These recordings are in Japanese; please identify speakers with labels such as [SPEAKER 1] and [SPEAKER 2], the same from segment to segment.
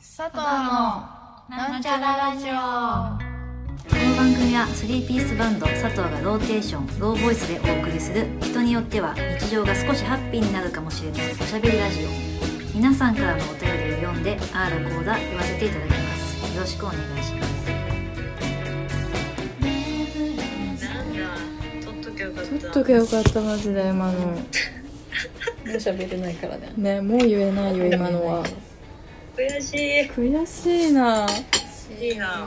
[SPEAKER 1] 佐藤のなんちゃらラジ
[SPEAKER 2] こ
[SPEAKER 1] オ
[SPEAKER 2] の番組は3ピースバンド佐藤がローテーションローボイスでお送りする人によっては日常が少しハッピーになるかもしれないおしゃべりラジオ皆さんからのお便りを読んでああだこうだ言わせていただきますよろしくお願いします
[SPEAKER 3] なんだ取っときゃよかった
[SPEAKER 1] 取っとけよかったマジで今の
[SPEAKER 4] もう喋れないからね。
[SPEAKER 1] ねもう言えないよ今のは
[SPEAKER 3] 悔し
[SPEAKER 1] 悔しいなち
[SPEAKER 3] いいいな
[SPEAKER 1] ょっ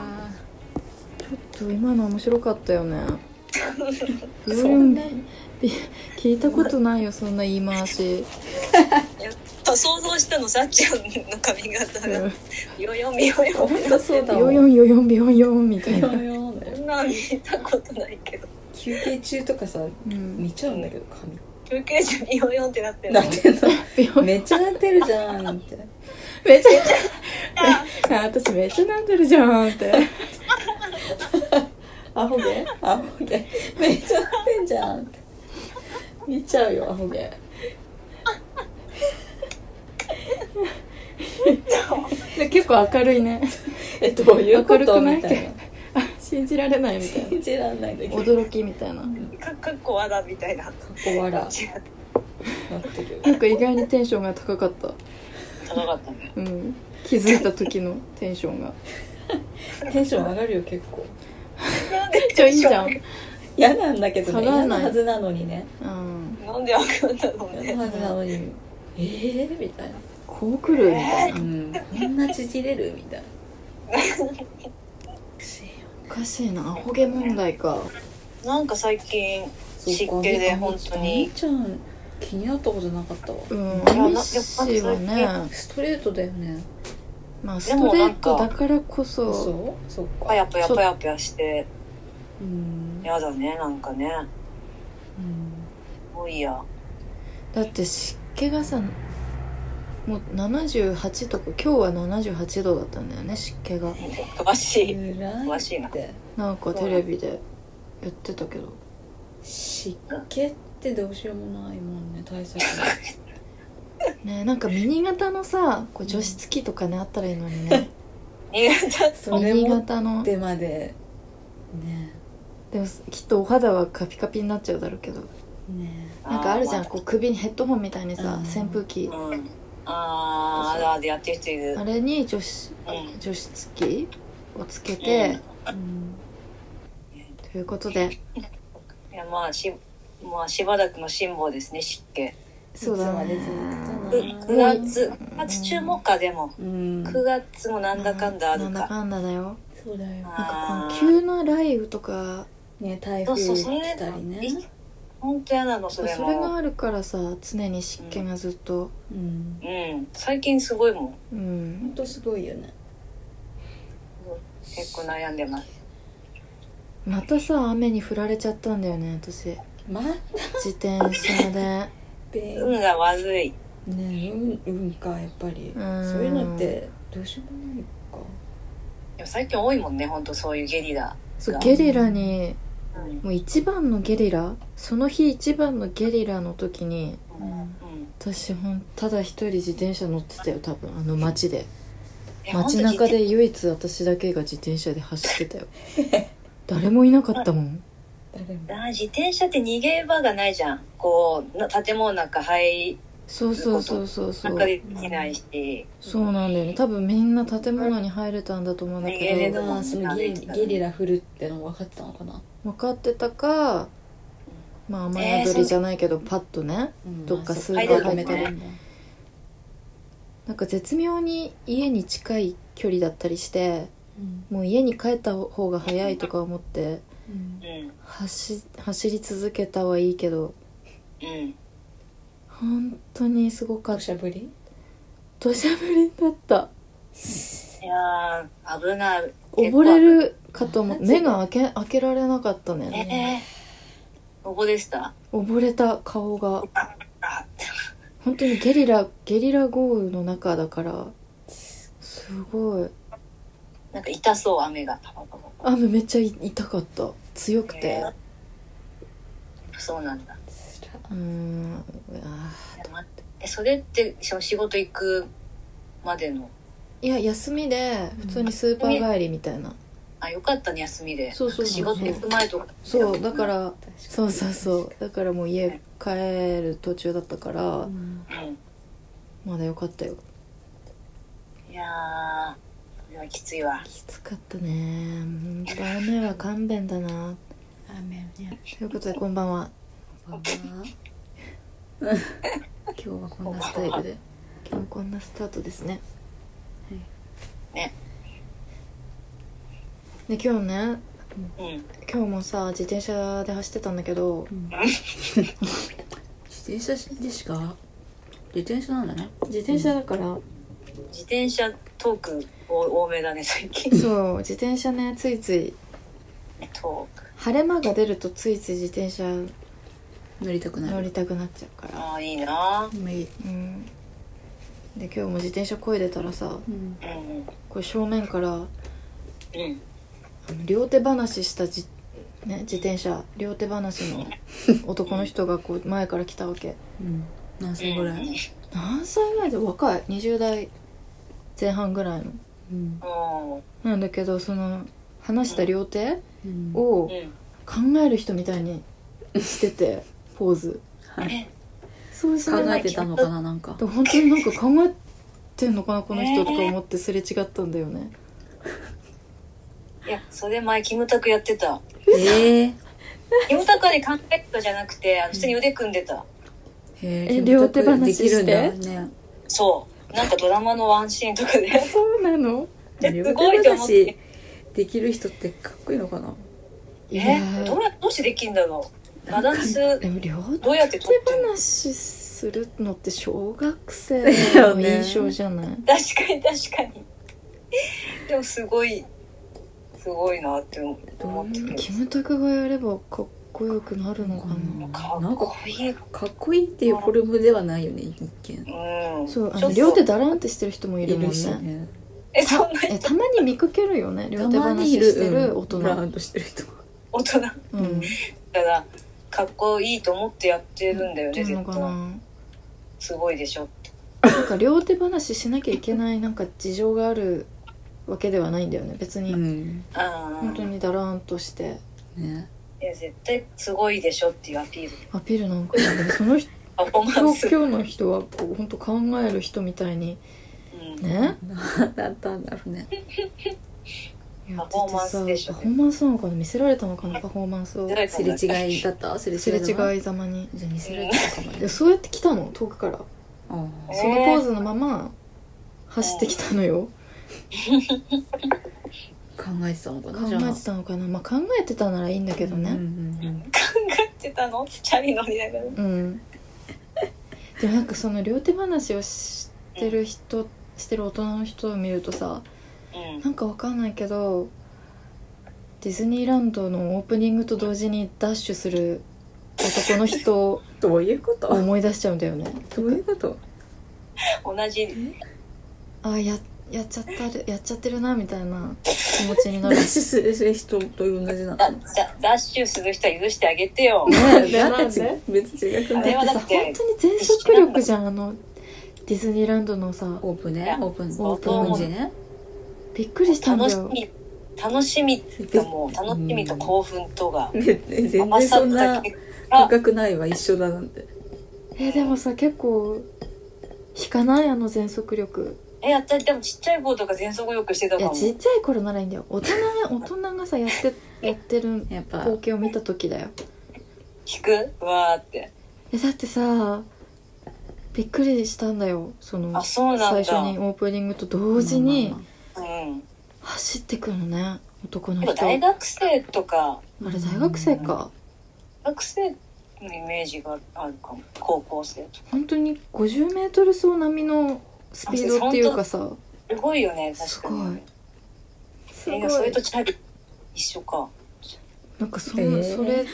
[SPEAKER 1] と今の面白かったよね ビオ
[SPEAKER 4] そ
[SPEAKER 1] リ
[SPEAKER 4] ん
[SPEAKER 1] ン
[SPEAKER 4] な
[SPEAKER 1] 聞いたことないよそんな言い回し
[SPEAKER 3] 想像したのさっちゃんの髪型が
[SPEAKER 1] うん
[SPEAKER 3] よよみよよみ
[SPEAKER 4] 本当そうだも
[SPEAKER 1] ヨ
[SPEAKER 4] ん。
[SPEAKER 1] ヨンヨヨンビヨンヨンみたいな、
[SPEAKER 3] そんなん見たことないけど
[SPEAKER 4] 休憩中とかさ、
[SPEAKER 1] うん、
[SPEAKER 4] 見ちゃうんだけど髪。
[SPEAKER 3] 休憩中によよんってなってる
[SPEAKER 4] なってん
[SPEAKER 1] ビヨ
[SPEAKER 4] の。
[SPEAKER 1] ン
[SPEAKER 4] めっちゃなってるじゃんって。
[SPEAKER 1] めっちゃあ私めっちゃなんでるじゃんって
[SPEAKER 4] アホ毛？アホ毛。めっちゃなってんじゃんって。見ちゃうよアホ毛。
[SPEAKER 1] で結構明るいね
[SPEAKER 4] えどういうこ
[SPEAKER 1] 明るく
[SPEAKER 4] と
[SPEAKER 1] ない
[SPEAKER 4] みたいな。
[SPEAKER 1] あ信じられないみたいな
[SPEAKER 4] 信じらんないんだけど。
[SPEAKER 1] 驚きみたいな
[SPEAKER 3] かかっこわだみたいな
[SPEAKER 4] おわらなっ
[SPEAKER 3] 違う
[SPEAKER 4] てる。
[SPEAKER 1] なんか意外にテンションが高かった、
[SPEAKER 3] 高かったね
[SPEAKER 1] うん、気づいた時のテンション が
[SPEAKER 4] テンション上がるよ結構。
[SPEAKER 1] じゃあいいじゃん、
[SPEAKER 4] 嫌なんだけど
[SPEAKER 1] 下
[SPEAKER 4] ね。
[SPEAKER 1] がら
[SPEAKER 4] 嫌
[SPEAKER 1] な
[SPEAKER 4] ないはずなのにね。
[SPEAKER 1] うん、
[SPEAKER 3] なんでわかんだろうね
[SPEAKER 4] 嫌なはずなのに。 えーみたいな。
[SPEAKER 1] こう来るみたいな
[SPEAKER 4] うん。こんな縮れるみたいな。
[SPEAKER 1] おかしいなアホ毛問題か
[SPEAKER 3] なんか最近湿気で本当
[SPEAKER 4] み
[SPEAKER 3] に
[SPEAKER 4] ーちゃん気になったことなかったわ
[SPEAKER 1] うん
[SPEAKER 3] やな
[SPEAKER 1] アミッシーは
[SPEAKER 3] やっ
[SPEAKER 1] ね
[SPEAKER 4] ストレートだよね
[SPEAKER 1] まあス
[SPEAKER 3] で
[SPEAKER 1] ト
[SPEAKER 3] も
[SPEAKER 1] レ
[SPEAKER 3] なん
[SPEAKER 1] ート
[SPEAKER 3] か
[SPEAKER 1] だからこそ
[SPEAKER 4] そうそっ
[SPEAKER 3] パ
[SPEAKER 4] か
[SPEAKER 3] ヤパヤパヤパヤして
[SPEAKER 4] うん
[SPEAKER 3] やだねなんかね
[SPEAKER 4] うん
[SPEAKER 3] もういいや
[SPEAKER 1] だって湿気がさもう78とか今日は78度だったんだよね湿気が
[SPEAKER 3] 詳しい
[SPEAKER 4] 辛
[SPEAKER 3] 詳
[SPEAKER 4] い
[SPEAKER 3] しいな
[SPEAKER 4] って
[SPEAKER 1] なんかテレビでやってたけど
[SPEAKER 4] 湿気ってどうしようもないもんね対策
[SPEAKER 1] ねなんかミニ型のさこう除湿器とかねあったらいいのにね
[SPEAKER 3] 新潟
[SPEAKER 4] そ
[SPEAKER 1] ミ
[SPEAKER 4] れ
[SPEAKER 1] ニ
[SPEAKER 4] 持っ
[SPEAKER 1] 型ので
[SPEAKER 4] てまでね
[SPEAKER 1] もきっとお肌はカピカピになっちゃうだろうけど
[SPEAKER 4] ね
[SPEAKER 1] なんかあるじゃん
[SPEAKER 3] ー
[SPEAKER 1] こう首にヘッドホンみたいにさ
[SPEAKER 4] うん
[SPEAKER 1] 扇風機
[SPEAKER 3] うんあーあだあだやってる人いる
[SPEAKER 1] あれに除湿
[SPEAKER 3] うん
[SPEAKER 1] 除湿器をつけて
[SPEAKER 4] うん
[SPEAKER 1] ということで
[SPEAKER 3] いやまあしまあしばらくの辛抱ですね湿気
[SPEAKER 1] そうだ
[SPEAKER 4] い
[SPEAKER 1] ね
[SPEAKER 4] つまで続く
[SPEAKER 3] 9
[SPEAKER 4] かな
[SPEAKER 3] 月9月中もかでも
[SPEAKER 4] うん
[SPEAKER 3] 9月もなんだかんだある
[SPEAKER 1] なんだ
[SPEAKER 3] か
[SPEAKER 1] かんだだよ
[SPEAKER 4] そうだよ
[SPEAKER 1] なんか
[SPEAKER 3] あ
[SPEAKER 1] この
[SPEAKER 3] ー
[SPEAKER 1] 急な雷雨とか
[SPEAKER 4] ね台
[SPEAKER 3] そう
[SPEAKER 4] 風
[SPEAKER 3] そうそれ
[SPEAKER 4] 来たりね
[SPEAKER 3] い本当やなのそ
[SPEAKER 1] そ
[SPEAKER 3] れ
[SPEAKER 1] れ
[SPEAKER 3] も
[SPEAKER 1] があるからさ常に湿気がずっと
[SPEAKER 4] うん
[SPEAKER 3] うん最近すごいもん
[SPEAKER 1] う
[SPEAKER 4] ほ
[SPEAKER 1] ん
[SPEAKER 4] んとすごいよね
[SPEAKER 3] 結構悩んでます
[SPEAKER 1] またさ雨に降られちゃったんだよね私
[SPEAKER 4] まあ
[SPEAKER 1] 自転 車で
[SPEAKER 4] べ
[SPEAKER 3] 運が悪い
[SPEAKER 4] ねえ運運かやっぱり
[SPEAKER 1] うん
[SPEAKER 4] そういうのってどうしようもないか
[SPEAKER 3] でも最近多いもんね本当そういうゲリラ
[SPEAKER 1] そう
[SPEAKER 3] が
[SPEAKER 1] ゲリラに
[SPEAKER 3] うん
[SPEAKER 1] もう一番のゲリラその日一番のゲリラの時に
[SPEAKER 3] うん
[SPEAKER 1] 私ほんただ一人自転車乗ってたよ多分あの街で
[SPEAKER 3] いや
[SPEAKER 1] 街中で唯一私だけが自転車で 走ってたよ誰もいなかったもん
[SPEAKER 4] 誰も
[SPEAKER 3] あー自転車って逃げ場がないじゃんこうな建物なんか入
[SPEAKER 1] そうそうそうそうそ
[SPEAKER 3] なん
[SPEAKER 1] う
[SPEAKER 3] かできないし
[SPEAKER 1] そうなんだよね多分みんな建物に入れたんだと思うんだ
[SPEAKER 3] 逃げ
[SPEAKER 1] け
[SPEAKER 3] れ
[SPEAKER 1] ど
[SPEAKER 3] た
[SPEAKER 4] まあそのゲリゲリラ降るっての分かってたのかな、
[SPEAKER 1] 分かってたかまあ雨宿りじゃないけどパッとね
[SPEAKER 4] うん
[SPEAKER 1] どっかス
[SPEAKER 3] ーパー
[SPEAKER 4] は
[SPEAKER 3] とかね
[SPEAKER 4] めてるんだ
[SPEAKER 1] なんか絶妙に家に近い距離だったりして
[SPEAKER 4] うん
[SPEAKER 1] もう家に帰った方が早いとか思って
[SPEAKER 4] うん
[SPEAKER 3] うん
[SPEAKER 1] 走走り続けたはいいけど
[SPEAKER 3] うん
[SPEAKER 1] 本当にすごかっ
[SPEAKER 4] 土
[SPEAKER 1] た
[SPEAKER 4] 砂降り
[SPEAKER 1] 土砂降りだった
[SPEAKER 3] いやー危ない
[SPEAKER 1] 溺れるかと思う
[SPEAKER 4] マジで
[SPEAKER 1] 目が開け開けられなかったね
[SPEAKER 3] ええー、ここでした
[SPEAKER 1] 溺れた顔が
[SPEAKER 3] あ
[SPEAKER 1] 本当にゲリラゲリラ豪雨の中だからすごい
[SPEAKER 3] なんか痛そう雨が
[SPEAKER 1] 雨めっちゃい痛かった強くて
[SPEAKER 3] えーそうなんだ
[SPEAKER 1] うーんあ
[SPEAKER 3] いや待ってえそれってその仕事行くまでの
[SPEAKER 1] いや休みで普通にスーパー帰りみたいな、
[SPEAKER 3] あよかったね休みで
[SPEAKER 1] そうそうそう
[SPEAKER 3] 仕事行く前とか
[SPEAKER 1] そうだから
[SPEAKER 4] 確かに
[SPEAKER 1] そうそうそうだからもう家帰る途中だったから、
[SPEAKER 4] うん
[SPEAKER 3] う
[SPEAKER 1] まだよかったよ
[SPEAKER 3] んいやーこれはきついわ
[SPEAKER 1] きつかったね本当雨は勘弁だな
[SPEAKER 4] アーメンね
[SPEAKER 1] ということでこんばんは
[SPEAKER 4] こんばんは今日はこんなスタイルで
[SPEAKER 1] 今日こんなスタートですね
[SPEAKER 3] ね
[SPEAKER 1] で今日ね
[SPEAKER 3] うん
[SPEAKER 1] 今日もさ自転車で走ってたんだけど
[SPEAKER 4] 自転車でしか自転車なんだね
[SPEAKER 1] 自転車だから、
[SPEAKER 3] 自転車トーク多多めだね最近
[SPEAKER 1] そう自転車ねついつい
[SPEAKER 3] トーク
[SPEAKER 1] 晴れ間が出るとついつい自転車
[SPEAKER 4] 乗りたくな
[SPEAKER 1] 乗
[SPEAKER 4] る
[SPEAKER 1] りたくなっちゃうから
[SPEAKER 3] ああいいな
[SPEAKER 4] め
[SPEAKER 1] うんで今日も自転車こいでたらさ
[SPEAKER 4] うん
[SPEAKER 3] うんうん
[SPEAKER 1] これ正面からあの
[SPEAKER 3] うん
[SPEAKER 1] 両手話したじ、ね、自転車両手話の男の人がこう前から来たわけ
[SPEAKER 4] うん何歳ぐらい
[SPEAKER 1] 何歳ぐらいで若い20代前半ぐらいの
[SPEAKER 4] うん
[SPEAKER 3] うん
[SPEAKER 1] なんだけどその話した両手
[SPEAKER 4] うん
[SPEAKER 1] を
[SPEAKER 3] うん
[SPEAKER 1] 考える人みたいにしててポーズ
[SPEAKER 3] え
[SPEAKER 1] そうそ
[SPEAKER 4] 考
[SPEAKER 1] れ
[SPEAKER 4] えてたのかななんか
[SPEAKER 1] で本当になんか考えてんのかなこの人とか思ってすれ違ったんだよね
[SPEAKER 3] いやそれ前キムタクやってた
[SPEAKER 4] えー
[SPEAKER 3] キムタクはね考えてたじゃなくてあの普通に腕組んでた
[SPEAKER 4] へ
[SPEAKER 1] え
[SPEAKER 4] ー
[SPEAKER 1] 両手話して
[SPEAKER 4] できるんだね
[SPEAKER 3] そうなんかドラマのワンシーンとかで
[SPEAKER 1] そうなの
[SPEAKER 3] えすごいと思って
[SPEAKER 4] 両手話できる人ってかっこいいのかない
[SPEAKER 1] や
[SPEAKER 3] えど
[SPEAKER 1] ー
[SPEAKER 3] うやどうしてできんだろうバランス
[SPEAKER 1] でも両手
[SPEAKER 3] どうやって取ってんの
[SPEAKER 1] 話するのって小学生
[SPEAKER 4] だよ
[SPEAKER 1] の
[SPEAKER 4] ね
[SPEAKER 1] 印象じゃない、
[SPEAKER 3] 確かに確かに でもすごいすごいなって思ってくる
[SPEAKER 1] キムタクがやればかっこよくなるのかな、
[SPEAKER 4] う
[SPEAKER 3] かっ
[SPEAKER 4] ん
[SPEAKER 3] こいいうん
[SPEAKER 4] かっこいいっていうフォルムではないよね一見
[SPEAKER 1] そうあ
[SPEAKER 3] ちょ
[SPEAKER 1] の
[SPEAKER 3] っと
[SPEAKER 1] 両手だらんってしてる人もいるもん
[SPEAKER 4] し
[SPEAKER 1] ね
[SPEAKER 4] ね
[SPEAKER 3] えそんな
[SPEAKER 1] えたまに見かけるよ ね両手話
[SPEAKER 4] い
[SPEAKER 1] してる大人
[SPEAKER 4] ブラウンドしてる人
[SPEAKER 3] 大人だか
[SPEAKER 1] うん
[SPEAKER 3] らかっこいいと思ってやってるんだよね
[SPEAKER 1] どうな
[SPEAKER 3] 絶
[SPEAKER 1] のか
[SPEAKER 3] 対
[SPEAKER 1] な
[SPEAKER 3] すごいでしょって
[SPEAKER 1] なんか両手話しなきゃいけないなんか事情があるわけではないんだよね別に、
[SPEAKER 4] うん
[SPEAKER 3] あ
[SPEAKER 1] 本当
[SPEAKER 3] あ
[SPEAKER 1] にだらんとして
[SPEAKER 4] ね
[SPEAKER 3] いや絶対すごいでしょっていうアピール
[SPEAKER 1] アピールなんかなでもその人
[SPEAKER 3] パフォーマ
[SPEAKER 1] 今
[SPEAKER 3] ンス
[SPEAKER 1] 日今日の人はこう本当考える人みたいに
[SPEAKER 3] うん
[SPEAKER 1] ね
[SPEAKER 4] なんだったんだろうね
[SPEAKER 1] やっててさ
[SPEAKER 3] パフォーマンスでしょ
[SPEAKER 1] パフォーマンスなのかな見せられたのかなパフォーマンスを
[SPEAKER 3] 見せられ
[SPEAKER 4] すれ違いだったすれ違
[SPEAKER 1] すれ
[SPEAKER 4] いだな
[SPEAKER 1] 違いざまに
[SPEAKER 4] じゃあ見せられたかも
[SPEAKER 1] で
[SPEAKER 4] ね
[SPEAKER 1] そうやって来たの遠くから
[SPEAKER 4] あ
[SPEAKER 3] え
[SPEAKER 4] あ
[SPEAKER 3] ー
[SPEAKER 1] そのポーズのまま走ってきたのよ、
[SPEAKER 4] 考えてたのかなじゃあ
[SPEAKER 1] 考えてたのかな、まあ、考えてたならいいんだけど
[SPEAKER 4] うんう
[SPEAKER 1] ね
[SPEAKER 4] ん
[SPEAKER 3] 考えてたのチャリ乗りながら
[SPEAKER 1] うん、でもなんかその両手話をしてる人してる大人の人を見るとさ
[SPEAKER 3] うん
[SPEAKER 1] なんかわかんないけどディズニーランドのオープニングと同時にダッシュする男の人を
[SPEAKER 4] うんどういうこと
[SPEAKER 1] 思い出しちゃうんだよね
[SPEAKER 4] どういうこと
[SPEAKER 3] 同じ
[SPEAKER 1] あややっちゃったるやっちゃってるなみたいな気持ちにな
[SPEAKER 4] ダ
[SPEAKER 1] る
[SPEAKER 4] ッシュする人と同じなの
[SPEAKER 3] ダダダッシュする人は許してあげてよ
[SPEAKER 4] ね
[SPEAKER 1] で
[SPEAKER 4] だって
[SPEAKER 1] なん
[SPEAKER 4] 別に違く
[SPEAKER 3] あ
[SPEAKER 4] な
[SPEAKER 3] れ
[SPEAKER 4] い
[SPEAKER 3] はだ
[SPEAKER 1] さ
[SPEAKER 3] っ
[SPEAKER 1] 本
[SPEAKER 3] て
[SPEAKER 1] 当に全速力じゃんあのディズニーランドのさ
[SPEAKER 4] オープンねオープン
[SPEAKER 1] オープン
[SPEAKER 4] オープン時ね
[SPEAKER 1] びっくりしたんだ
[SPEAKER 3] 楽し
[SPEAKER 1] よ
[SPEAKER 3] み楽しみともう楽しみと興奮とが
[SPEAKER 4] ね全
[SPEAKER 3] 合わ
[SPEAKER 4] 然
[SPEAKER 3] さ
[SPEAKER 4] そん
[SPEAKER 3] った
[SPEAKER 4] な
[SPEAKER 3] 結果
[SPEAKER 4] 高くないわ一緒だなんて
[SPEAKER 1] えーでもさ結構引かないあの全速力
[SPEAKER 3] え私でもちっちゃい子とか全速力してた
[SPEAKER 1] い
[SPEAKER 3] か
[SPEAKER 1] や
[SPEAKER 3] も
[SPEAKER 1] ちっちゃい頃ならいいんだよ大人が大人がさやって やってる
[SPEAKER 4] やっぱ
[SPEAKER 1] 光景を見た時だよ
[SPEAKER 3] 聞くうわーって
[SPEAKER 1] えだってさびっくりしたんだよその
[SPEAKER 3] あそうなん
[SPEAKER 1] 最
[SPEAKER 3] だ
[SPEAKER 1] 初にオープニングと同時に
[SPEAKER 4] まあま
[SPEAKER 3] うん
[SPEAKER 1] 走ってくのね男の
[SPEAKER 3] で
[SPEAKER 1] 人
[SPEAKER 3] も大学生とか
[SPEAKER 1] あれ大学生か
[SPEAKER 3] 大学生のイメージがあるかも高校生とか
[SPEAKER 1] 本当に 50m 走並みのスピードっていうかさ
[SPEAKER 3] すごいよね
[SPEAKER 1] す
[SPEAKER 3] 確か
[SPEAKER 1] ごい
[SPEAKER 3] に
[SPEAKER 1] す
[SPEAKER 3] え
[SPEAKER 1] ご
[SPEAKER 3] でもそれ
[SPEAKER 1] い
[SPEAKER 3] とチャリ一緒か
[SPEAKER 1] なんかそ,、
[SPEAKER 4] えー
[SPEAKER 1] それ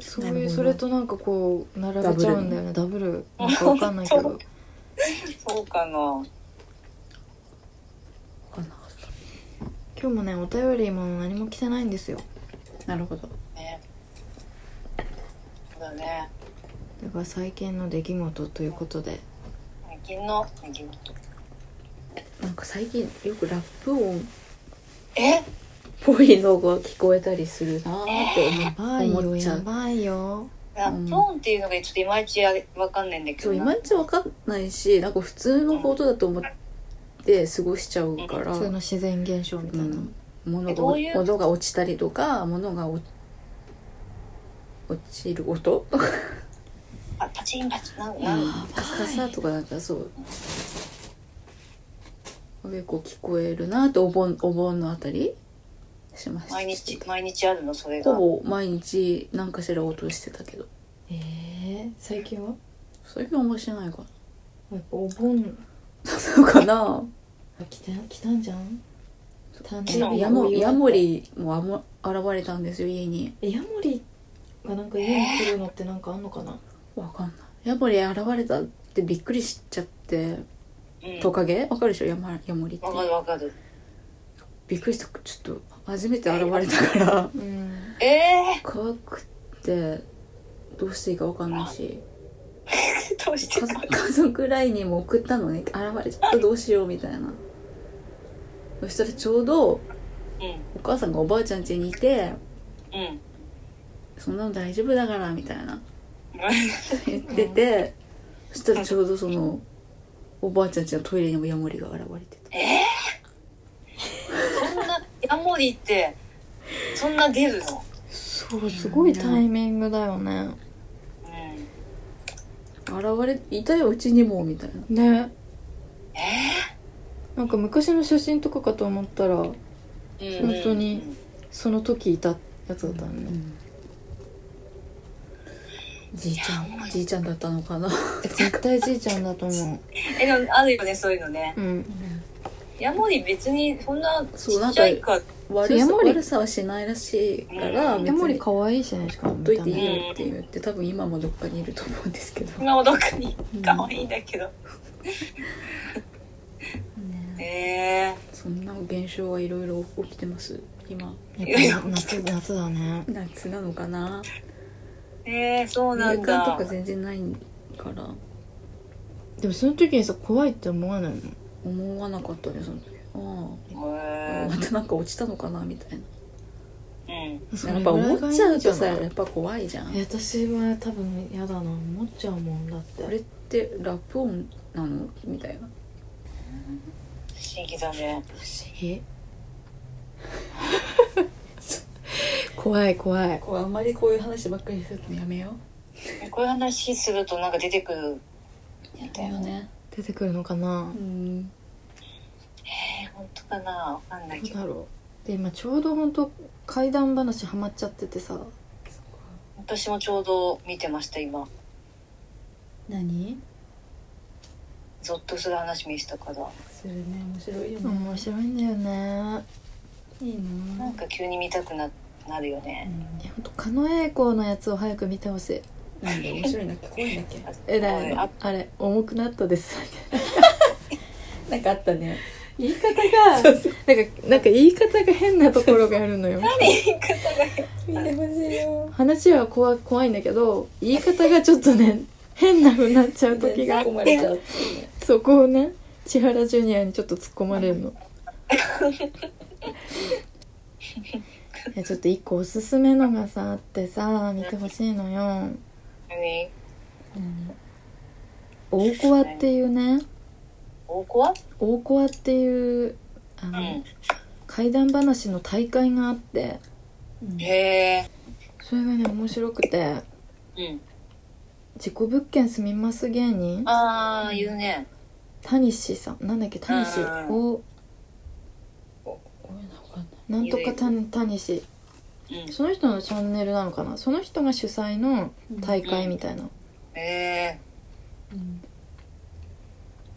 [SPEAKER 1] そう
[SPEAKER 4] なる
[SPEAKER 1] い
[SPEAKER 4] ほ
[SPEAKER 1] う
[SPEAKER 4] ど
[SPEAKER 1] それとなんかこう並べちゃうんだよねダブルなんかわかんないけ ど
[SPEAKER 3] そうかな
[SPEAKER 4] あわかんなかっ
[SPEAKER 1] 今日もねお便りも何も来てないんですよ
[SPEAKER 4] たなるほど
[SPEAKER 3] ねそうだね
[SPEAKER 1] だから最近の出来事ということで
[SPEAKER 3] 最近の最近の
[SPEAKER 4] なん
[SPEAKER 1] か最近よくラップ音っ
[SPEAKER 3] え
[SPEAKER 4] ぽいのが聞こえたりするなーって思う
[SPEAKER 1] ぱい
[SPEAKER 4] 思
[SPEAKER 1] よ
[SPEAKER 4] っちゃ
[SPEAKER 1] や
[SPEAKER 4] う
[SPEAKER 1] ばいよ
[SPEAKER 3] ラップ音っていうのがちょっといまいちあれわかんないんだけ
[SPEAKER 4] そう
[SPEAKER 3] ど
[SPEAKER 4] い
[SPEAKER 3] な
[SPEAKER 4] まいちわかんないしなんか普通のことだと思って過ごしちゃうから、
[SPEAKER 1] 普通の自然現象みた
[SPEAKER 4] う
[SPEAKER 1] いな、
[SPEAKER 4] ん、物
[SPEAKER 3] えどういう
[SPEAKER 4] が物が落ちたりとか物が落落ちる音
[SPEAKER 3] あパチンパチンなんなん
[SPEAKER 4] あーカサカサとかなんかそう結構聞こえるなってお盆お盆のあたりしました
[SPEAKER 3] 毎日毎日あるのそれが
[SPEAKER 4] ほぼ毎日何かしら落としてたけど
[SPEAKER 1] ええー、最近は
[SPEAKER 4] そういうのもしてないか
[SPEAKER 1] やっぱお盆
[SPEAKER 4] な そうかな
[SPEAKER 1] 来た来たんじゃん誕生日
[SPEAKER 4] ヤモ
[SPEAKER 1] お祝い
[SPEAKER 4] ヤモリもあも現れたんですよ家に
[SPEAKER 1] えヤモリがなんか家に来るのってなんかあんのかな
[SPEAKER 4] わかんないヤモリ現れたってびっくりしちゃって
[SPEAKER 3] うん
[SPEAKER 4] トカゲわかるでしょヤマヤモリって
[SPEAKER 3] わかるわかる
[SPEAKER 4] びっくりしたちょっと初めて現れたから
[SPEAKER 1] うん
[SPEAKER 3] ええ
[SPEAKER 4] 怖くってどうしていいかわかんないし
[SPEAKER 3] ー、どうして
[SPEAKER 4] 家族家族 LINE にも送ったのね現れちゃったどうしようみたいなそしたらちょうど
[SPEAKER 3] うん
[SPEAKER 4] お母さんがおばあちゃん家にいて
[SPEAKER 3] うん
[SPEAKER 4] 「そんなの大丈夫だから」みたいな言ってて、そしたらちょうどそのおばあちゃん家のトイレにもヤモリが現れてた
[SPEAKER 3] そんなヤモリってそんな出るの
[SPEAKER 1] そうすごいタイミングだよね
[SPEAKER 3] うん
[SPEAKER 4] 現れいたようちにもみたいな
[SPEAKER 1] ねなんか昔の写真とかかと思ったら
[SPEAKER 3] うん
[SPEAKER 1] 本当にその時いたやつだったのね、
[SPEAKER 4] じいちゃんじいちゃんだったのかな
[SPEAKER 1] 絶対じいちゃんだと思
[SPEAKER 3] えでもあるよねそういうのね
[SPEAKER 1] ううん
[SPEAKER 3] ヤモリ別にそんな
[SPEAKER 4] そう
[SPEAKER 3] ちっちゃいか
[SPEAKER 4] 悪さ
[SPEAKER 1] ヤモリ
[SPEAKER 4] 悪さはしないらしいから
[SPEAKER 3] うん
[SPEAKER 1] ヤモリ
[SPEAKER 4] ほ
[SPEAKER 1] 可愛いしねしかも
[SPEAKER 4] っ
[SPEAKER 1] 見
[SPEAKER 4] とい
[SPEAKER 1] た
[SPEAKER 4] てい
[SPEAKER 1] 目
[SPEAKER 4] いよって言って多分今もどっかにいると思うんですけど
[SPEAKER 3] そんな驚くに
[SPEAKER 4] うん
[SPEAKER 3] 可愛いんだけど
[SPEAKER 4] ね
[SPEAKER 3] ええ
[SPEAKER 4] そんな現象はいろいろ起きてます今
[SPEAKER 1] やっぱ夏夏だね
[SPEAKER 4] 夏なのかな
[SPEAKER 3] ー、ええそうなん
[SPEAKER 4] 年間
[SPEAKER 3] だ
[SPEAKER 4] とか全然ないから
[SPEAKER 1] でもその時にさ怖いって思わないの
[SPEAKER 4] 思わなかったねその時あ
[SPEAKER 3] え
[SPEAKER 4] あまたなんか落ちたのかなみたいな
[SPEAKER 3] えうん
[SPEAKER 1] そ
[SPEAKER 4] や
[SPEAKER 1] れ
[SPEAKER 4] っ
[SPEAKER 1] ぐ
[SPEAKER 4] ぱ
[SPEAKER 1] らいがいい
[SPEAKER 4] 思
[SPEAKER 1] んじな
[SPEAKER 4] っ
[SPEAKER 1] い
[SPEAKER 4] ちゃうとさやっぱ怖いじゃん
[SPEAKER 1] え私は多分嫌だな思っちゃうもんだっ
[SPEAKER 4] あ
[SPEAKER 1] て
[SPEAKER 4] れってラップ音なのみたいな
[SPEAKER 3] 不思議だね
[SPEAKER 1] 不思議 怖い怖い
[SPEAKER 4] こうあんまりこういう話ばっかりするのやめよ
[SPEAKER 3] こういう話するとなんか出てくる
[SPEAKER 4] うやだよね
[SPEAKER 1] 出てくるのかな
[SPEAKER 4] うん
[SPEAKER 3] えー、本当かなわかんない
[SPEAKER 1] どう
[SPEAKER 3] けど
[SPEAKER 1] だろうで今ちょうど本当怪談話ハマっちゃっててさ
[SPEAKER 3] 私もちょうど見てました今
[SPEAKER 4] 何
[SPEAKER 3] ゾッとする話見したから
[SPEAKER 4] するね面白いよ
[SPEAKER 1] 面白いんだよね
[SPEAKER 4] いいな
[SPEAKER 3] なんか急に見たくななるよ
[SPEAKER 4] う
[SPEAKER 3] ね
[SPEAKER 4] ん
[SPEAKER 1] いや本当狩野英孝のやつを早く見てほしい
[SPEAKER 4] なんで面白いんだっけ怖いんだっけ
[SPEAKER 1] えだ
[SPEAKER 3] はい
[SPEAKER 1] あ
[SPEAKER 3] あ
[SPEAKER 1] あれ重くなったです
[SPEAKER 4] なんかあったね
[SPEAKER 1] 言い方が なんかなんか言い方が変なところがあるのよ
[SPEAKER 3] 言い方が変
[SPEAKER 4] 見てほしいよ
[SPEAKER 1] 話は怖怖いんだけど言い方がちょっとね変な風になっちゃう時があっ
[SPEAKER 4] 突っ込ま
[SPEAKER 1] て
[SPEAKER 4] れちゃうっていうね
[SPEAKER 1] そこをね千原ジュニアにちょっと突っ込ま れるのいやちょっと一個おすすめのがさあってさ見てほしいのよ
[SPEAKER 3] 何
[SPEAKER 1] 大コアっていうね
[SPEAKER 3] 大コア
[SPEAKER 1] 大コアっていうあ
[SPEAKER 3] う
[SPEAKER 1] の、
[SPEAKER 3] ん
[SPEAKER 1] 怪談話の大会があって
[SPEAKER 3] へえ
[SPEAKER 1] それがね面白くて
[SPEAKER 3] うん
[SPEAKER 1] 自己物件住みます芸人
[SPEAKER 3] ああ言うね
[SPEAKER 1] タニシさんなんだっけタニシ
[SPEAKER 3] うん
[SPEAKER 1] を
[SPEAKER 4] ごめんなわかんな
[SPEAKER 1] な
[SPEAKER 4] い
[SPEAKER 1] んとかタニタニシ
[SPEAKER 3] うん
[SPEAKER 1] その人のチャンネルなのかなその人が主催の大会みたいな、
[SPEAKER 3] へえ
[SPEAKER 4] うん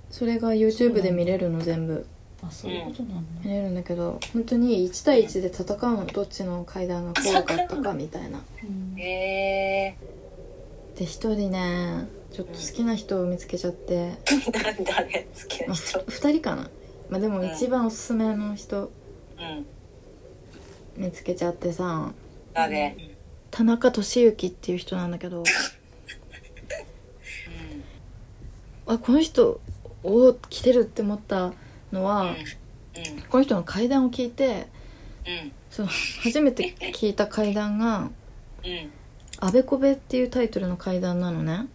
[SPEAKER 1] それが YouTube で見れるの全部
[SPEAKER 4] あそういうことなの
[SPEAKER 1] 見れるんだけど本当に1対1で戦うのどっちの階段が怖かったかみたいな
[SPEAKER 4] うん
[SPEAKER 3] へえ
[SPEAKER 1] で一人ねちょっと好きな人を見つけちゃっ
[SPEAKER 3] な
[SPEAKER 1] て、
[SPEAKER 3] んだね好き
[SPEAKER 1] ま
[SPEAKER 3] な
[SPEAKER 1] あ、
[SPEAKER 3] 人
[SPEAKER 1] 2人かな、まあ、でも
[SPEAKER 3] うん
[SPEAKER 1] 一番おすすめの人
[SPEAKER 3] うん
[SPEAKER 1] 見つけちゃってさ
[SPEAKER 3] 誰
[SPEAKER 1] 田中俊之っていう人なんだけど
[SPEAKER 3] うん
[SPEAKER 1] あこの人お来てるって思った
[SPEAKER 3] う
[SPEAKER 1] の
[SPEAKER 3] んう
[SPEAKER 1] は
[SPEAKER 3] ん
[SPEAKER 1] この人の階段を聞いて
[SPEAKER 3] うん
[SPEAKER 1] その初めて聞いた階段が
[SPEAKER 3] うん
[SPEAKER 1] 「あべこべ」っていうタイトルの階段なのね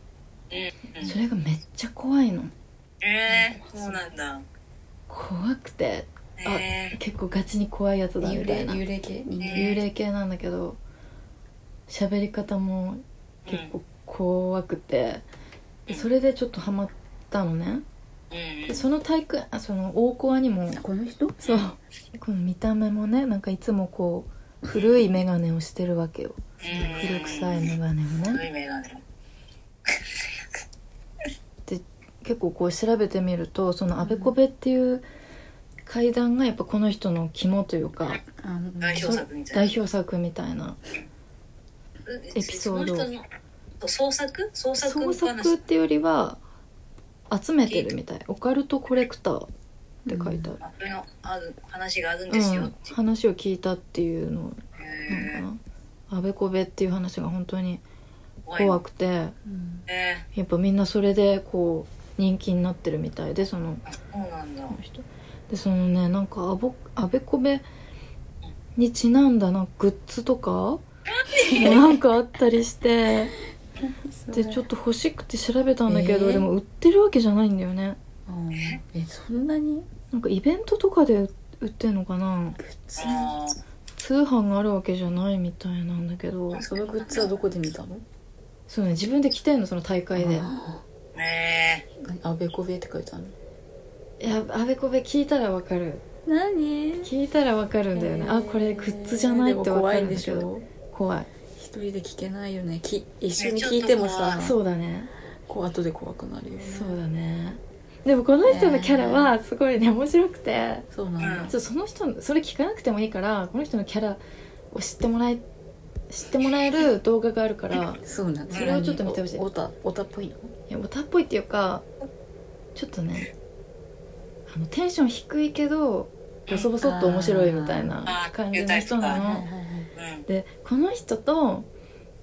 [SPEAKER 3] うん
[SPEAKER 1] それがめっちゃ怖いの
[SPEAKER 3] えー、そうなんだ
[SPEAKER 1] 怖くて
[SPEAKER 3] え
[SPEAKER 1] 結構ガチに怖いやつだみ
[SPEAKER 4] 幽
[SPEAKER 1] た
[SPEAKER 4] 霊
[SPEAKER 1] いな
[SPEAKER 4] 幽霊系人間
[SPEAKER 1] 幽霊系なんだけど喋り方
[SPEAKER 3] ー、
[SPEAKER 1] も
[SPEAKER 3] う
[SPEAKER 1] 結
[SPEAKER 3] ん
[SPEAKER 1] 構怖くてで
[SPEAKER 3] うん
[SPEAKER 1] それでちょっとハマったのね
[SPEAKER 3] うん
[SPEAKER 1] でその体育あその大コアにも
[SPEAKER 4] この人
[SPEAKER 1] そうこの見た目もねなんかいつもこう古い眼鏡をしてるわけよ古臭い眼鏡をね
[SPEAKER 3] 古いメガネ
[SPEAKER 1] 結構こう調べてみるとそのあべこべっていう階段がやっぱこの人の肝というか
[SPEAKER 4] あの
[SPEAKER 3] 代表作みたいな
[SPEAKER 1] 代表作みたいなエピソード
[SPEAKER 3] その人の創作創作
[SPEAKER 1] 創
[SPEAKER 3] 話
[SPEAKER 1] 作っていうよりは集めてるみたいオカルトコレクターって書いてある、
[SPEAKER 3] あそういうのある話があるん
[SPEAKER 1] う
[SPEAKER 3] ですよっ
[SPEAKER 1] ん
[SPEAKER 3] て、
[SPEAKER 1] 話を聞いたっていうのなんか
[SPEAKER 3] へ
[SPEAKER 1] なあべこべっていう話が本当に
[SPEAKER 3] ー怖い
[SPEAKER 1] 怖くて
[SPEAKER 4] うん
[SPEAKER 3] ね
[SPEAKER 1] やっぱみんなそれでこう人気になってるみたいでその
[SPEAKER 3] あそうなんだ
[SPEAKER 1] この人でそのねなんかあぼあべこべにちなんだなグッズとかなんかあったりしてでちょっと欲しくて調べたんだけど、
[SPEAKER 4] えー
[SPEAKER 1] でも売ってるわけじゃないんだよね
[SPEAKER 4] うんえそんなに
[SPEAKER 1] なんかイベントとかで売ってんのかな
[SPEAKER 4] グッズ
[SPEAKER 3] あー
[SPEAKER 1] 通販があるわけじゃないみたいなんだけど
[SPEAKER 4] そのグッズはどこで見たの
[SPEAKER 1] そうね自分で着てんのその大会で
[SPEAKER 4] あ
[SPEAKER 3] ねえ
[SPEAKER 4] ーあべこべって書いてある
[SPEAKER 1] いやあべこべ聞いたらわかる
[SPEAKER 4] 何
[SPEAKER 1] 聞いたらわかるんだよね、あこれグッズじゃないってわか
[SPEAKER 4] 怖い
[SPEAKER 1] る
[SPEAKER 4] ん
[SPEAKER 1] んだ
[SPEAKER 4] でし
[SPEAKER 1] けど
[SPEAKER 4] ょ
[SPEAKER 1] 怖い
[SPEAKER 4] 一人で聞けないよねき一緒に聞いてもさ
[SPEAKER 3] ね
[SPEAKER 1] そうだね
[SPEAKER 4] こう後で怖くなるよね
[SPEAKER 1] そうだねでもこの人のキャラはすごいね面白くて
[SPEAKER 4] そうな
[SPEAKER 1] ちょ
[SPEAKER 4] ん
[SPEAKER 1] っとその人のそれ聞かなくてもいいからこの人のキャラを知ってもらえ知ってもらえる動画があるから
[SPEAKER 4] だそうなんだ
[SPEAKER 3] それ
[SPEAKER 1] をちょっと見てほしい
[SPEAKER 4] おたおたっぽいの
[SPEAKER 1] いやオタっぽいっていうかちょっとねあのテンション低いけどボソボソっと面白いみたいな
[SPEAKER 3] あー
[SPEAKER 1] 感じの人な
[SPEAKER 4] はいはい
[SPEAKER 1] の
[SPEAKER 4] はい
[SPEAKER 3] うん
[SPEAKER 1] でこの人と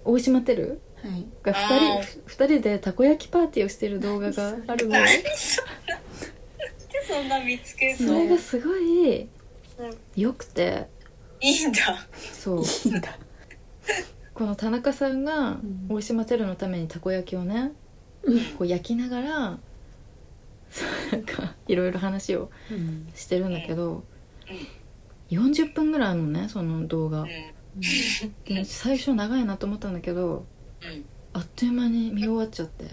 [SPEAKER 1] 大島てる
[SPEAKER 4] はい
[SPEAKER 1] が
[SPEAKER 3] あ
[SPEAKER 1] 2
[SPEAKER 3] ー
[SPEAKER 1] 人二人でたこ焼きパーティーをしてる動画があるのよ
[SPEAKER 3] でそんな見つける
[SPEAKER 1] そ
[SPEAKER 3] の
[SPEAKER 1] れがすごい良くて
[SPEAKER 3] いいんだ
[SPEAKER 1] そう
[SPEAKER 4] いいんだ
[SPEAKER 1] この田中さんが
[SPEAKER 4] ん
[SPEAKER 1] 大島テルのためにたこ焼きをねこう焼きながらそうなんかいろいろ話を
[SPEAKER 4] うん
[SPEAKER 1] してるんだけど40分ぐらいあるのねその動
[SPEAKER 3] う
[SPEAKER 1] 画
[SPEAKER 3] ん
[SPEAKER 1] で最初長いなと思ったんだけど
[SPEAKER 3] うん
[SPEAKER 1] あっという間に見終わっちゃって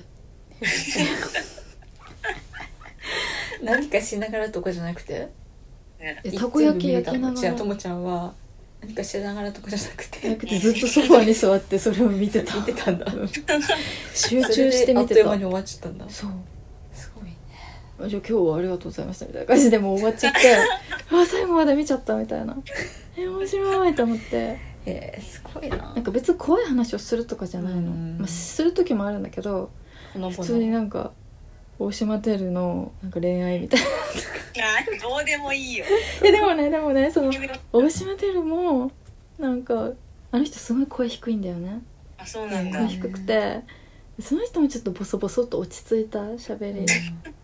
[SPEAKER 4] 何かしながらとかじゃなくて
[SPEAKER 3] ね
[SPEAKER 1] えたこ焼き
[SPEAKER 4] 全部見れ
[SPEAKER 1] 焼
[SPEAKER 4] た
[SPEAKER 1] きな
[SPEAKER 4] の
[SPEAKER 1] が
[SPEAKER 4] じゃあ
[SPEAKER 1] ら
[SPEAKER 4] ともちゃんは何かしながらとかじゃなく
[SPEAKER 1] な
[SPEAKER 4] て
[SPEAKER 1] くてずっとソファーに座ってそれを見てた
[SPEAKER 4] 見てたんだ
[SPEAKER 1] うん集中して見
[SPEAKER 4] それであっとい
[SPEAKER 1] て
[SPEAKER 4] う間
[SPEAKER 1] た
[SPEAKER 4] に終わっちゃったんだ
[SPEAKER 1] そう
[SPEAKER 4] すごいね
[SPEAKER 1] あじゃあ今日はありがとうございましたみたいな感じでもう終わっちゃって あ最後まで見ちゃったみたいなえ面白いと思って
[SPEAKER 4] えー、すごいな
[SPEAKER 1] なんか別に怖い話をするとかじゃないの、
[SPEAKER 4] うん
[SPEAKER 1] まあ、する時もあるんだけど
[SPEAKER 4] ほのぼ
[SPEAKER 1] 普
[SPEAKER 4] の
[SPEAKER 1] 通になんか大島テルのなんか恋愛みたいな
[SPEAKER 3] あどうでもいいよ
[SPEAKER 1] えでもねでもねその大島テルもなんかあの人すごい声低いんだよね
[SPEAKER 3] あそうなんだ
[SPEAKER 1] 声低くてその人もちょっとボソボソっと落ち着いた喋り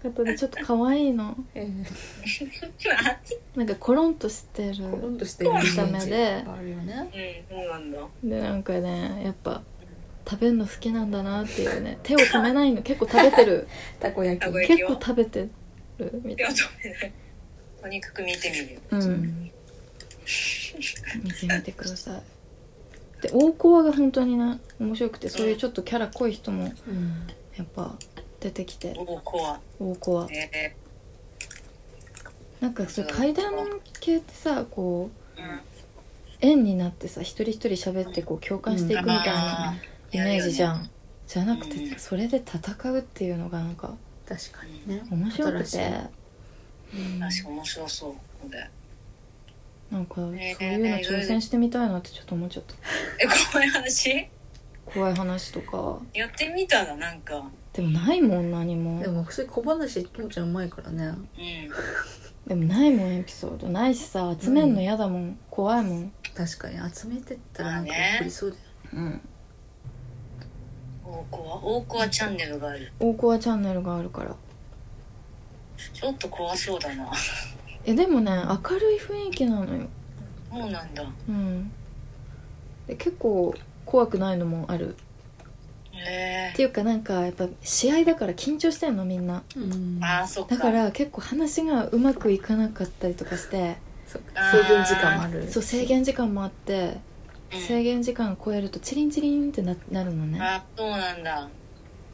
[SPEAKER 1] 方でちょっと可愛いの
[SPEAKER 4] えー
[SPEAKER 1] なんかコロンとしてる
[SPEAKER 4] コロンとしてるイメージ
[SPEAKER 1] 見た目で
[SPEAKER 4] あるよね
[SPEAKER 3] うんそうなんだ
[SPEAKER 1] でなんかねやっぱ食べるの好きなんだなっていうね手を止めないの結構食べて る
[SPEAKER 4] たこ焼き
[SPEAKER 3] たこ焼
[SPEAKER 1] 結構食べてるみ
[SPEAKER 3] 手
[SPEAKER 1] た
[SPEAKER 3] を
[SPEAKER 1] い
[SPEAKER 3] 止めないとにかく見てみるよ
[SPEAKER 1] なう
[SPEAKER 4] うんん
[SPEAKER 1] 見てみてくださいで大コアが本当にね面白くてそういうちょっとキャラ濃い人も
[SPEAKER 4] うん
[SPEAKER 1] やっぱ出てきて
[SPEAKER 3] おお怖
[SPEAKER 1] 大コア
[SPEAKER 3] ね
[SPEAKER 1] なんかそういう階段系ってさこう
[SPEAKER 3] うん
[SPEAKER 1] 円になってさ一人一人喋ってこう共感していくみたいなイメージじゃんじゃなく
[SPEAKER 3] うん
[SPEAKER 1] てそれで戦うっていうのがなんか
[SPEAKER 4] 確かにね
[SPEAKER 1] 面白く
[SPEAKER 4] 新していうん
[SPEAKER 3] 確か面白そうこれ
[SPEAKER 1] なんかそう
[SPEAKER 3] ね
[SPEAKER 1] いうの挑戦してみたいなってちょっと思っちゃった
[SPEAKER 3] えこういう話
[SPEAKER 1] 怖い話とか
[SPEAKER 3] やってみたらなんか
[SPEAKER 1] でもないもん何も
[SPEAKER 4] でもそれ小話ともちゃんうまいからね
[SPEAKER 3] うん
[SPEAKER 1] でもないもんエピソードないしさ集めんの嫌だもん、怖いもん
[SPEAKER 4] 確かに集めてったらなんかびっくりそうだよ
[SPEAKER 1] うん
[SPEAKER 3] 大コア大コアチャンネルがある
[SPEAKER 1] 大コアチャンネルがあるから
[SPEAKER 3] ちょっと怖そうだな。
[SPEAKER 1] えでもね明るい雰囲気なのよ
[SPEAKER 3] そうなんだ。
[SPEAKER 1] うんで結構怖くないのもある
[SPEAKER 3] へ
[SPEAKER 1] っていうかなんかやっぱ試合だから緊張してんのみんな
[SPEAKER 4] うん
[SPEAKER 3] え。ああ、そっか。
[SPEAKER 1] だから結構話がうまくいかなかったりとかして
[SPEAKER 4] そうか
[SPEAKER 3] あー
[SPEAKER 4] 制限時間もある
[SPEAKER 1] そう制限時間もあって
[SPEAKER 3] うん
[SPEAKER 1] 制限時間超えるとチリンチリンってななるのね
[SPEAKER 3] ああ、そうなんだ。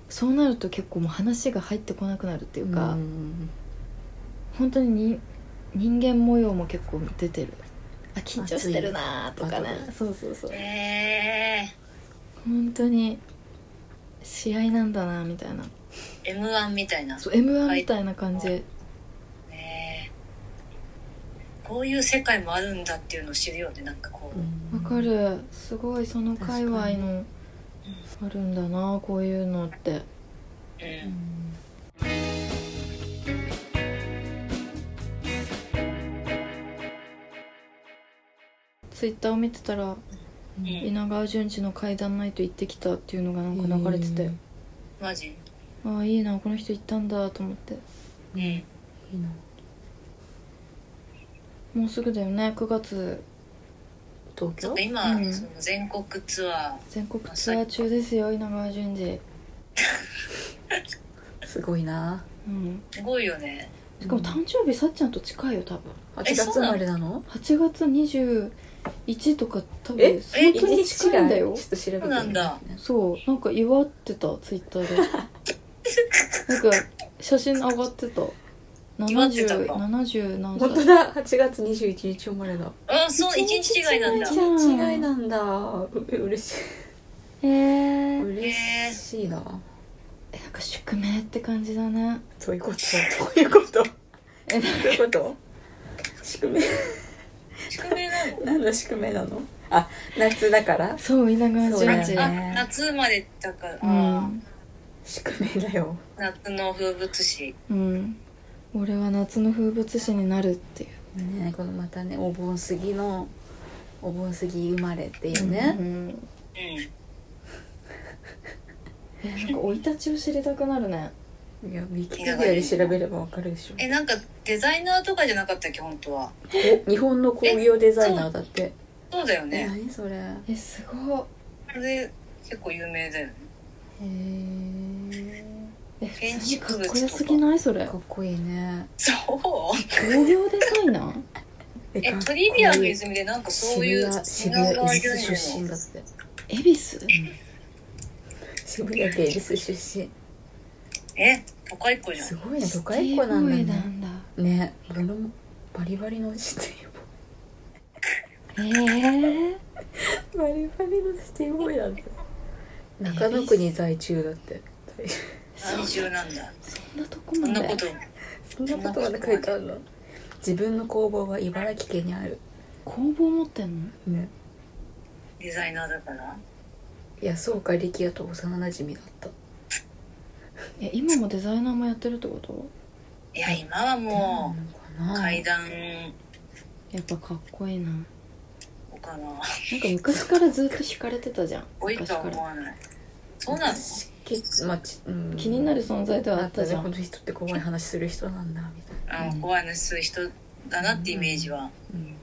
[SPEAKER 1] そうなると結構もう話が入ってこなくなるっていうか、
[SPEAKER 4] うん
[SPEAKER 1] 本当にに人間模様も結構出てるあ緊張してるなーとかね
[SPEAKER 4] 熱
[SPEAKER 1] そうそうそう
[SPEAKER 3] へえ。
[SPEAKER 1] 本当に試合なんだなーみたいな
[SPEAKER 3] M1 みたいな。
[SPEAKER 1] そう m 1みたいな感じ、
[SPEAKER 3] はねえこういう世界もあるんだっていうのを知るよねなんかこう、
[SPEAKER 1] わかるすごいその界隈
[SPEAKER 4] 確か
[SPEAKER 1] のあるんだなこういうのって
[SPEAKER 3] うん
[SPEAKER 1] ツイッターを見てたら
[SPEAKER 3] うん
[SPEAKER 1] 稲川淳二の階段ナイト行ってきたっていうのがなんか流れてて、
[SPEAKER 3] マジ
[SPEAKER 1] ああいいなこの人行ったんだと思って
[SPEAKER 3] うんね
[SPEAKER 4] いいな
[SPEAKER 1] もうすぐだよね9月
[SPEAKER 4] 東京
[SPEAKER 3] 今、
[SPEAKER 1] うん
[SPEAKER 3] その全国ツア
[SPEAKER 1] 全国ツアー中ですよ稲川淳二
[SPEAKER 4] すごいな
[SPEAKER 1] うん
[SPEAKER 3] ーすごいよね
[SPEAKER 1] しかも誕生日さっちゃんと近いよ多分
[SPEAKER 4] 8月生まれなの
[SPEAKER 1] 8月21とか多
[SPEAKER 4] え
[SPEAKER 1] 分本当に近いんだよ
[SPEAKER 4] ちょっと調べて
[SPEAKER 3] そうなんだ
[SPEAKER 1] そうなんか祝ってたツイッターでなんか写真上がってた
[SPEAKER 3] 祝ってた
[SPEAKER 1] 70
[SPEAKER 3] か
[SPEAKER 1] 何
[SPEAKER 4] 本当
[SPEAKER 1] 歳
[SPEAKER 4] だ8月21日生まれだ
[SPEAKER 3] うんそう一日違いなんだ
[SPEAKER 1] 一
[SPEAKER 4] 一
[SPEAKER 1] 日
[SPEAKER 4] 日違いなんだう嬉し
[SPEAKER 1] へ
[SPEAKER 4] い
[SPEAKER 1] えなん
[SPEAKER 4] 嬉しいな
[SPEAKER 1] か宿命って感じだね
[SPEAKER 4] どういうことどういうことえどういうこと宿命
[SPEAKER 3] 宿命なの
[SPEAKER 4] なんだ宿命なのあ夏だから
[SPEAKER 1] そう稲川
[SPEAKER 4] そうだ
[SPEAKER 1] 淳
[SPEAKER 4] ね
[SPEAKER 1] 二
[SPEAKER 3] あ夏生まれだから、
[SPEAKER 1] う
[SPEAKER 3] あー
[SPEAKER 1] ん、
[SPEAKER 4] 宿命だよ
[SPEAKER 3] 夏の風物詩
[SPEAKER 1] うん、俺は夏の風物詩になるっていう
[SPEAKER 4] ねこのまたねお盆過ぎのお盆過ぎ生まれっていうね、
[SPEAKER 1] うん、
[SPEAKER 3] うん
[SPEAKER 1] えなんか生い立ちを知りたくなるね
[SPEAKER 4] いやウィキペディアで調べればわかるでしょ
[SPEAKER 3] えなんかデザイナーとかじゃなかったっけ本当は
[SPEAKER 4] お日本の工業デザイナーだって
[SPEAKER 3] そうだよ
[SPEAKER 4] え
[SPEAKER 3] ね
[SPEAKER 4] 何それへ
[SPEAKER 1] えすごっ
[SPEAKER 3] それで結構有名だよね
[SPEAKER 4] え
[SPEAKER 1] え普通にかっこよ
[SPEAKER 3] 建築物と
[SPEAKER 1] す
[SPEAKER 3] か
[SPEAKER 1] ぎないそれ
[SPEAKER 4] かっこいいね
[SPEAKER 3] そう
[SPEAKER 1] 工業デザイナー
[SPEAKER 3] え
[SPEAKER 4] かっこ
[SPEAKER 3] ト
[SPEAKER 4] いい
[SPEAKER 3] リビアの泉でなんかそういう
[SPEAKER 4] 渋谷渋
[SPEAKER 3] 稲川
[SPEAKER 4] 谷恵
[SPEAKER 3] 淳二
[SPEAKER 4] 比寿出
[SPEAKER 3] の
[SPEAKER 4] 身だって
[SPEAKER 1] 恵比寿
[SPEAKER 4] 渋谷恵比寿出身
[SPEAKER 3] え高い子じゃん
[SPEAKER 4] すごいね都会っ子なんだ
[SPEAKER 1] シティボーイな
[SPEAKER 4] ね
[SPEAKER 1] んだ
[SPEAKER 4] ねバロンバリバリのシティ
[SPEAKER 1] えー、
[SPEAKER 4] ボーイバリバリのシティボーイなんだ中野区に在中だって
[SPEAKER 3] 在住なんだ
[SPEAKER 1] そんなとこ
[SPEAKER 3] そ
[SPEAKER 1] ま
[SPEAKER 3] ん
[SPEAKER 1] で
[SPEAKER 3] なこと
[SPEAKER 4] そんなことまで書いてあるの自分の工房は茨城県にある
[SPEAKER 1] 工房持ってんの
[SPEAKER 4] ね
[SPEAKER 3] デザイナーだから
[SPEAKER 4] 安岡力也と幼馴染だった
[SPEAKER 1] え今もデザイナーもやってるってこと
[SPEAKER 3] いや今はも
[SPEAKER 4] なの
[SPEAKER 3] う
[SPEAKER 4] かな
[SPEAKER 3] 階段
[SPEAKER 1] やっぱかっこいいななんか
[SPEAKER 3] かな
[SPEAKER 1] 昔からずっと惹かれてたじゃん
[SPEAKER 3] 多い
[SPEAKER 1] 昔
[SPEAKER 3] とは
[SPEAKER 1] か
[SPEAKER 3] 思
[SPEAKER 1] ら
[SPEAKER 3] わないそうなの
[SPEAKER 4] きまあちうん
[SPEAKER 1] 気になる存在ではあったじゃ
[SPEAKER 4] あね
[SPEAKER 1] ん
[SPEAKER 4] この人って怖い話する人なんだみたいな、
[SPEAKER 3] あの怖い話する人だなってイメージは
[SPEAKER 4] うん、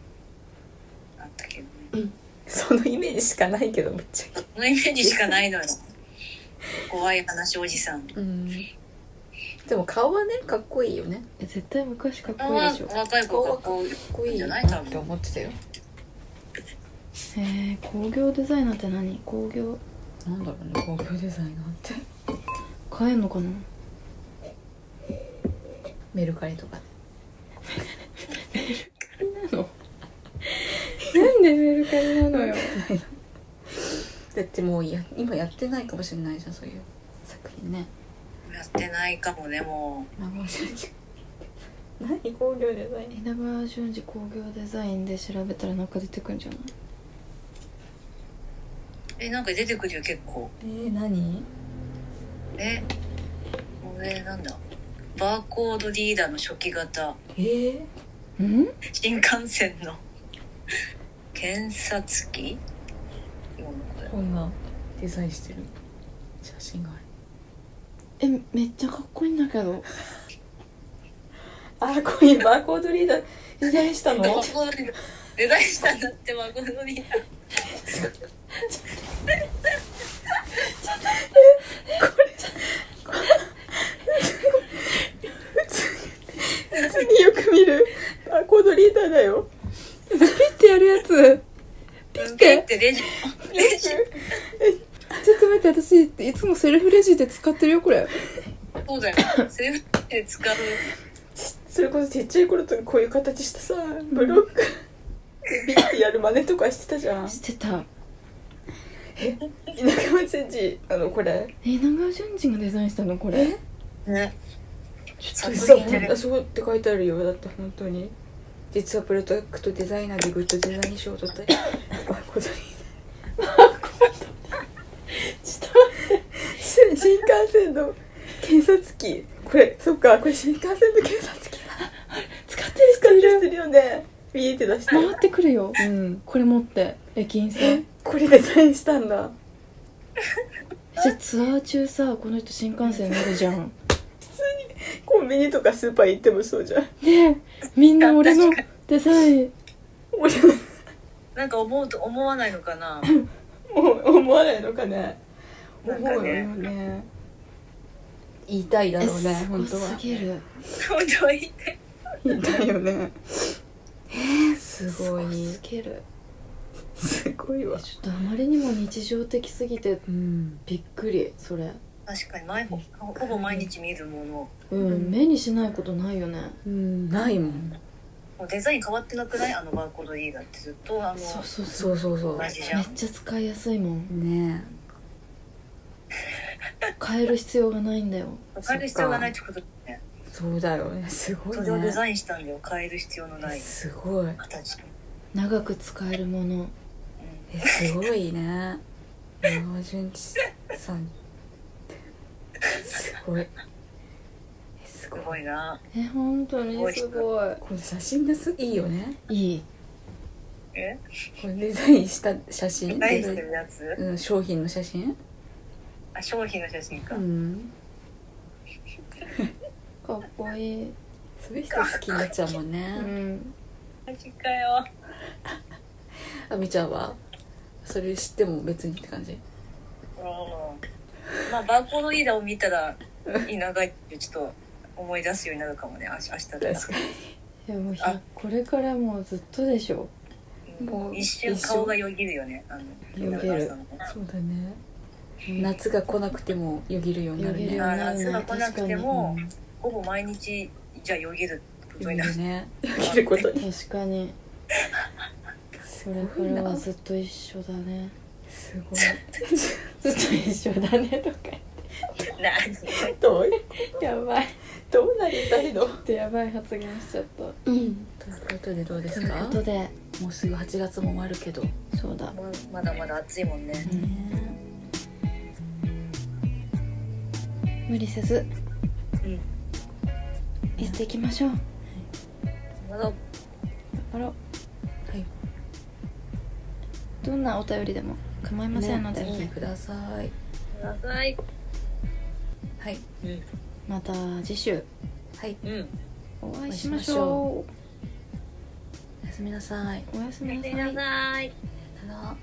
[SPEAKER 3] あったけどね
[SPEAKER 4] そのイメージしかないけどめっち
[SPEAKER 3] そのイメージしかないのよ怖い話おじさん
[SPEAKER 4] ゃうんでも顔はねかっこいいよね
[SPEAKER 1] え絶対昔かっ
[SPEAKER 3] あ
[SPEAKER 1] こいいでしょ
[SPEAKER 3] ー若い子がこう
[SPEAKER 4] かっこいい
[SPEAKER 3] じゃ
[SPEAKER 4] な
[SPEAKER 3] ない多分
[SPEAKER 4] って思ってたよ
[SPEAKER 1] えー、工業デザイナーって何工業
[SPEAKER 4] なんだろうね工業デザイナーって
[SPEAKER 1] 買えんのかな
[SPEAKER 4] メルカリとか
[SPEAKER 1] なんでメルカリなのよ
[SPEAKER 4] だってもうや今やってないかもしれないじゃんそういう作品ね
[SPEAKER 3] やってないかもねも
[SPEAKER 4] まあもう正直何工業デザイナー
[SPEAKER 1] 稲川淳二工業デザインで調べたらなんか出てくんじゃないう
[SPEAKER 3] えなんか出てくるよ結構
[SPEAKER 4] えー、何
[SPEAKER 3] えこれなんだバーコードリーダーの初期型
[SPEAKER 4] えー、
[SPEAKER 1] ん
[SPEAKER 3] 新幹線の検察機今のこれ
[SPEAKER 4] こんなデザインしてる写真がある
[SPEAKER 1] えめっちゃかっこいいんだけど
[SPEAKER 4] あこういうバーコードリーダーデザイン したの
[SPEAKER 3] バーコードリーダーデザインしたんだってバーコードリーダー
[SPEAKER 4] 普通によく見るバーコードリーダーだよ
[SPEAKER 1] ピッてやるやつ
[SPEAKER 3] ピッ
[SPEAKER 1] て
[SPEAKER 3] てレジレジ
[SPEAKER 1] ちょっと待って私いつもセルフレジで使ってるよこれ
[SPEAKER 3] そうだよセルフで使う
[SPEAKER 4] それこそちっちゃい頃とかこういう形したさブロックビッてやる真似とかしてたじゃん
[SPEAKER 1] してた
[SPEAKER 4] 田舎町園児あのこれ
[SPEAKER 1] え長尾俊二がデザインしたのこれ
[SPEAKER 3] ね
[SPEAKER 1] ち
[SPEAKER 3] ょっと
[SPEAKER 4] そ
[SPEAKER 3] 嘘
[SPEAKER 4] うあそこって書いてあるよだって本当に実はプロダクトデザイナーでグッドデザイン賞を取ったり バーコードリーダーちょっと待って新幹線の検察機これそっかこれ新幹線の検察機だ使ってる使ってるしてるよね見えて出して
[SPEAKER 1] 回ってくるよ
[SPEAKER 4] うん
[SPEAKER 1] これ持って駅員さん
[SPEAKER 4] これデザインしたんだ
[SPEAKER 1] じゃあツアー中さこの人新幹線乗るじゃん
[SPEAKER 4] コンビニとかスーパー行ってもそうじゃん
[SPEAKER 1] でみんな俺のデザイン
[SPEAKER 4] 俺
[SPEAKER 3] なんか思うと思わないのかな
[SPEAKER 4] もう思わないのかね
[SPEAKER 3] なん
[SPEAKER 4] 思
[SPEAKER 3] か
[SPEAKER 4] うよ
[SPEAKER 3] ね
[SPEAKER 4] ね言いたいだ
[SPEAKER 1] え
[SPEAKER 4] ろうね
[SPEAKER 1] すご
[SPEAKER 4] 本当
[SPEAKER 1] す
[SPEAKER 4] は
[SPEAKER 1] ぎる
[SPEAKER 3] 本当はいいね
[SPEAKER 4] 言いたいよねえー、すごい
[SPEAKER 1] すぎる
[SPEAKER 4] すごいわ
[SPEAKER 1] ちょっとあまりにも日常的すぎて
[SPEAKER 4] うん
[SPEAKER 1] びっくりそれ
[SPEAKER 3] 確かに毎ほほぼ毎日見るもの
[SPEAKER 1] うん、
[SPEAKER 4] うん
[SPEAKER 1] 目にしないことないよね
[SPEAKER 4] うんないもん
[SPEAKER 3] もうデザイン変わってなくないあのバーコードリーダーってずっとあの
[SPEAKER 1] そうそうそう
[SPEAKER 4] そうそうそう
[SPEAKER 3] 同じじゃ
[SPEAKER 1] め
[SPEAKER 3] ん
[SPEAKER 1] っちゃ使いやすいもん
[SPEAKER 4] ね
[SPEAKER 1] 変える必要がないんだよ
[SPEAKER 3] 変える必要がないってことだよね
[SPEAKER 4] えそうだよねすごい
[SPEAKER 3] それをデ
[SPEAKER 4] ね
[SPEAKER 3] ザインしたんだよ変える必要のない
[SPEAKER 4] すごい
[SPEAKER 3] 形
[SPEAKER 1] 長く使えるもの
[SPEAKER 4] えすごいね山純一さんすごいえす
[SPEAKER 3] す
[SPEAKER 4] ごい
[SPEAKER 3] ごいな
[SPEAKER 1] え本当にすごい
[SPEAKER 4] この写真がすいいよね
[SPEAKER 1] いい
[SPEAKER 3] え
[SPEAKER 4] これデザインした写真
[SPEAKER 3] 何してるやつ
[SPEAKER 4] うん、商品の写真
[SPEAKER 3] あ商品の写真か、
[SPEAKER 4] ん
[SPEAKER 1] かっこいい
[SPEAKER 4] そういう人好きになっちゃうもん
[SPEAKER 1] う
[SPEAKER 4] ね
[SPEAKER 1] ん
[SPEAKER 3] マジかよ
[SPEAKER 4] あみちゃんはそれ知っても別にって感じ
[SPEAKER 3] うんまあバーコードリーダーを見たらいい長いってちょっと思い出すようになるかもねあし明日で
[SPEAKER 4] か
[SPEAKER 1] いやもうひ
[SPEAKER 3] あ
[SPEAKER 1] これからもうずっとでしょ
[SPEAKER 3] うん
[SPEAKER 4] もう
[SPEAKER 3] 一瞬
[SPEAKER 4] 一瞬
[SPEAKER 3] 顔がよぎるよねあの
[SPEAKER 1] よぎ
[SPEAKER 3] 長
[SPEAKER 1] る
[SPEAKER 3] さの
[SPEAKER 4] そうだね夏が来なくてもよぎるようになる
[SPEAKER 1] よぎる
[SPEAKER 4] ね
[SPEAKER 1] よ
[SPEAKER 3] あ夏が来なくても
[SPEAKER 4] うん
[SPEAKER 3] ほぼ毎日じゃあよぎること
[SPEAKER 4] よ
[SPEAKER 3] に
[SPEAKER 4] ぎ
[SPEAKER 3] なる
[SPEAKER 4] るねよぎることに
[SPEAKER 1] 確かに
[SPEAKER 4] す
[SPEAKER 1] これか
[SPEAKER 4] ごい
[SPEAKER 1] らは
[SPEAKER 4] な
[SPEAKER 1] ずっと一緒だね
[SPEAKER 4] すごい
[SPEAKER 1] ずっと一緒だねとか
[SPEAKER 3] な
[SPEAKER 4] どう
[SPEAKER 1] やばい
[SPEAKER 4] どうなりたいの
[SPEAKER 1] ちょっとやばい発言しちゃった
[SPEAKER 4] ということでどうです
[SPEAKER 1] という
[SPEAKER 4] か
[SPEAKER 1] ことで
[SPEAKER 4] もうすぐ8月も終わるけど
[SPEAKER 1] そうだ
[SPEAKER 3] もうまだまだ暑いもんね
[SPEAKER 1] うん無理せず
[SPEAKER 3] うん
[SPEAKER 1] やっていきましょう
[SPEAKER 3] まだ
[SPEAKER 1] あらはいどんなお便りでも構いませんので、
[SPEAKER 4] ねぜひください
[SPEAKER 3] 長い
[SPEAKER 4] はい
[SPEAKER 3] うん
[SPEAKER 1] また次週
[SPEAKER 4] はい
[SPEAKER 3] うん
[SPEAKER 1] お会いしましょ
[SPEAKER 4] おやすみなさいう
[SPEAKER 1] おやすみなさ
[SPEAKER 3] さい
[SPEAKER 1] い
[SPEAKER 4] さよなら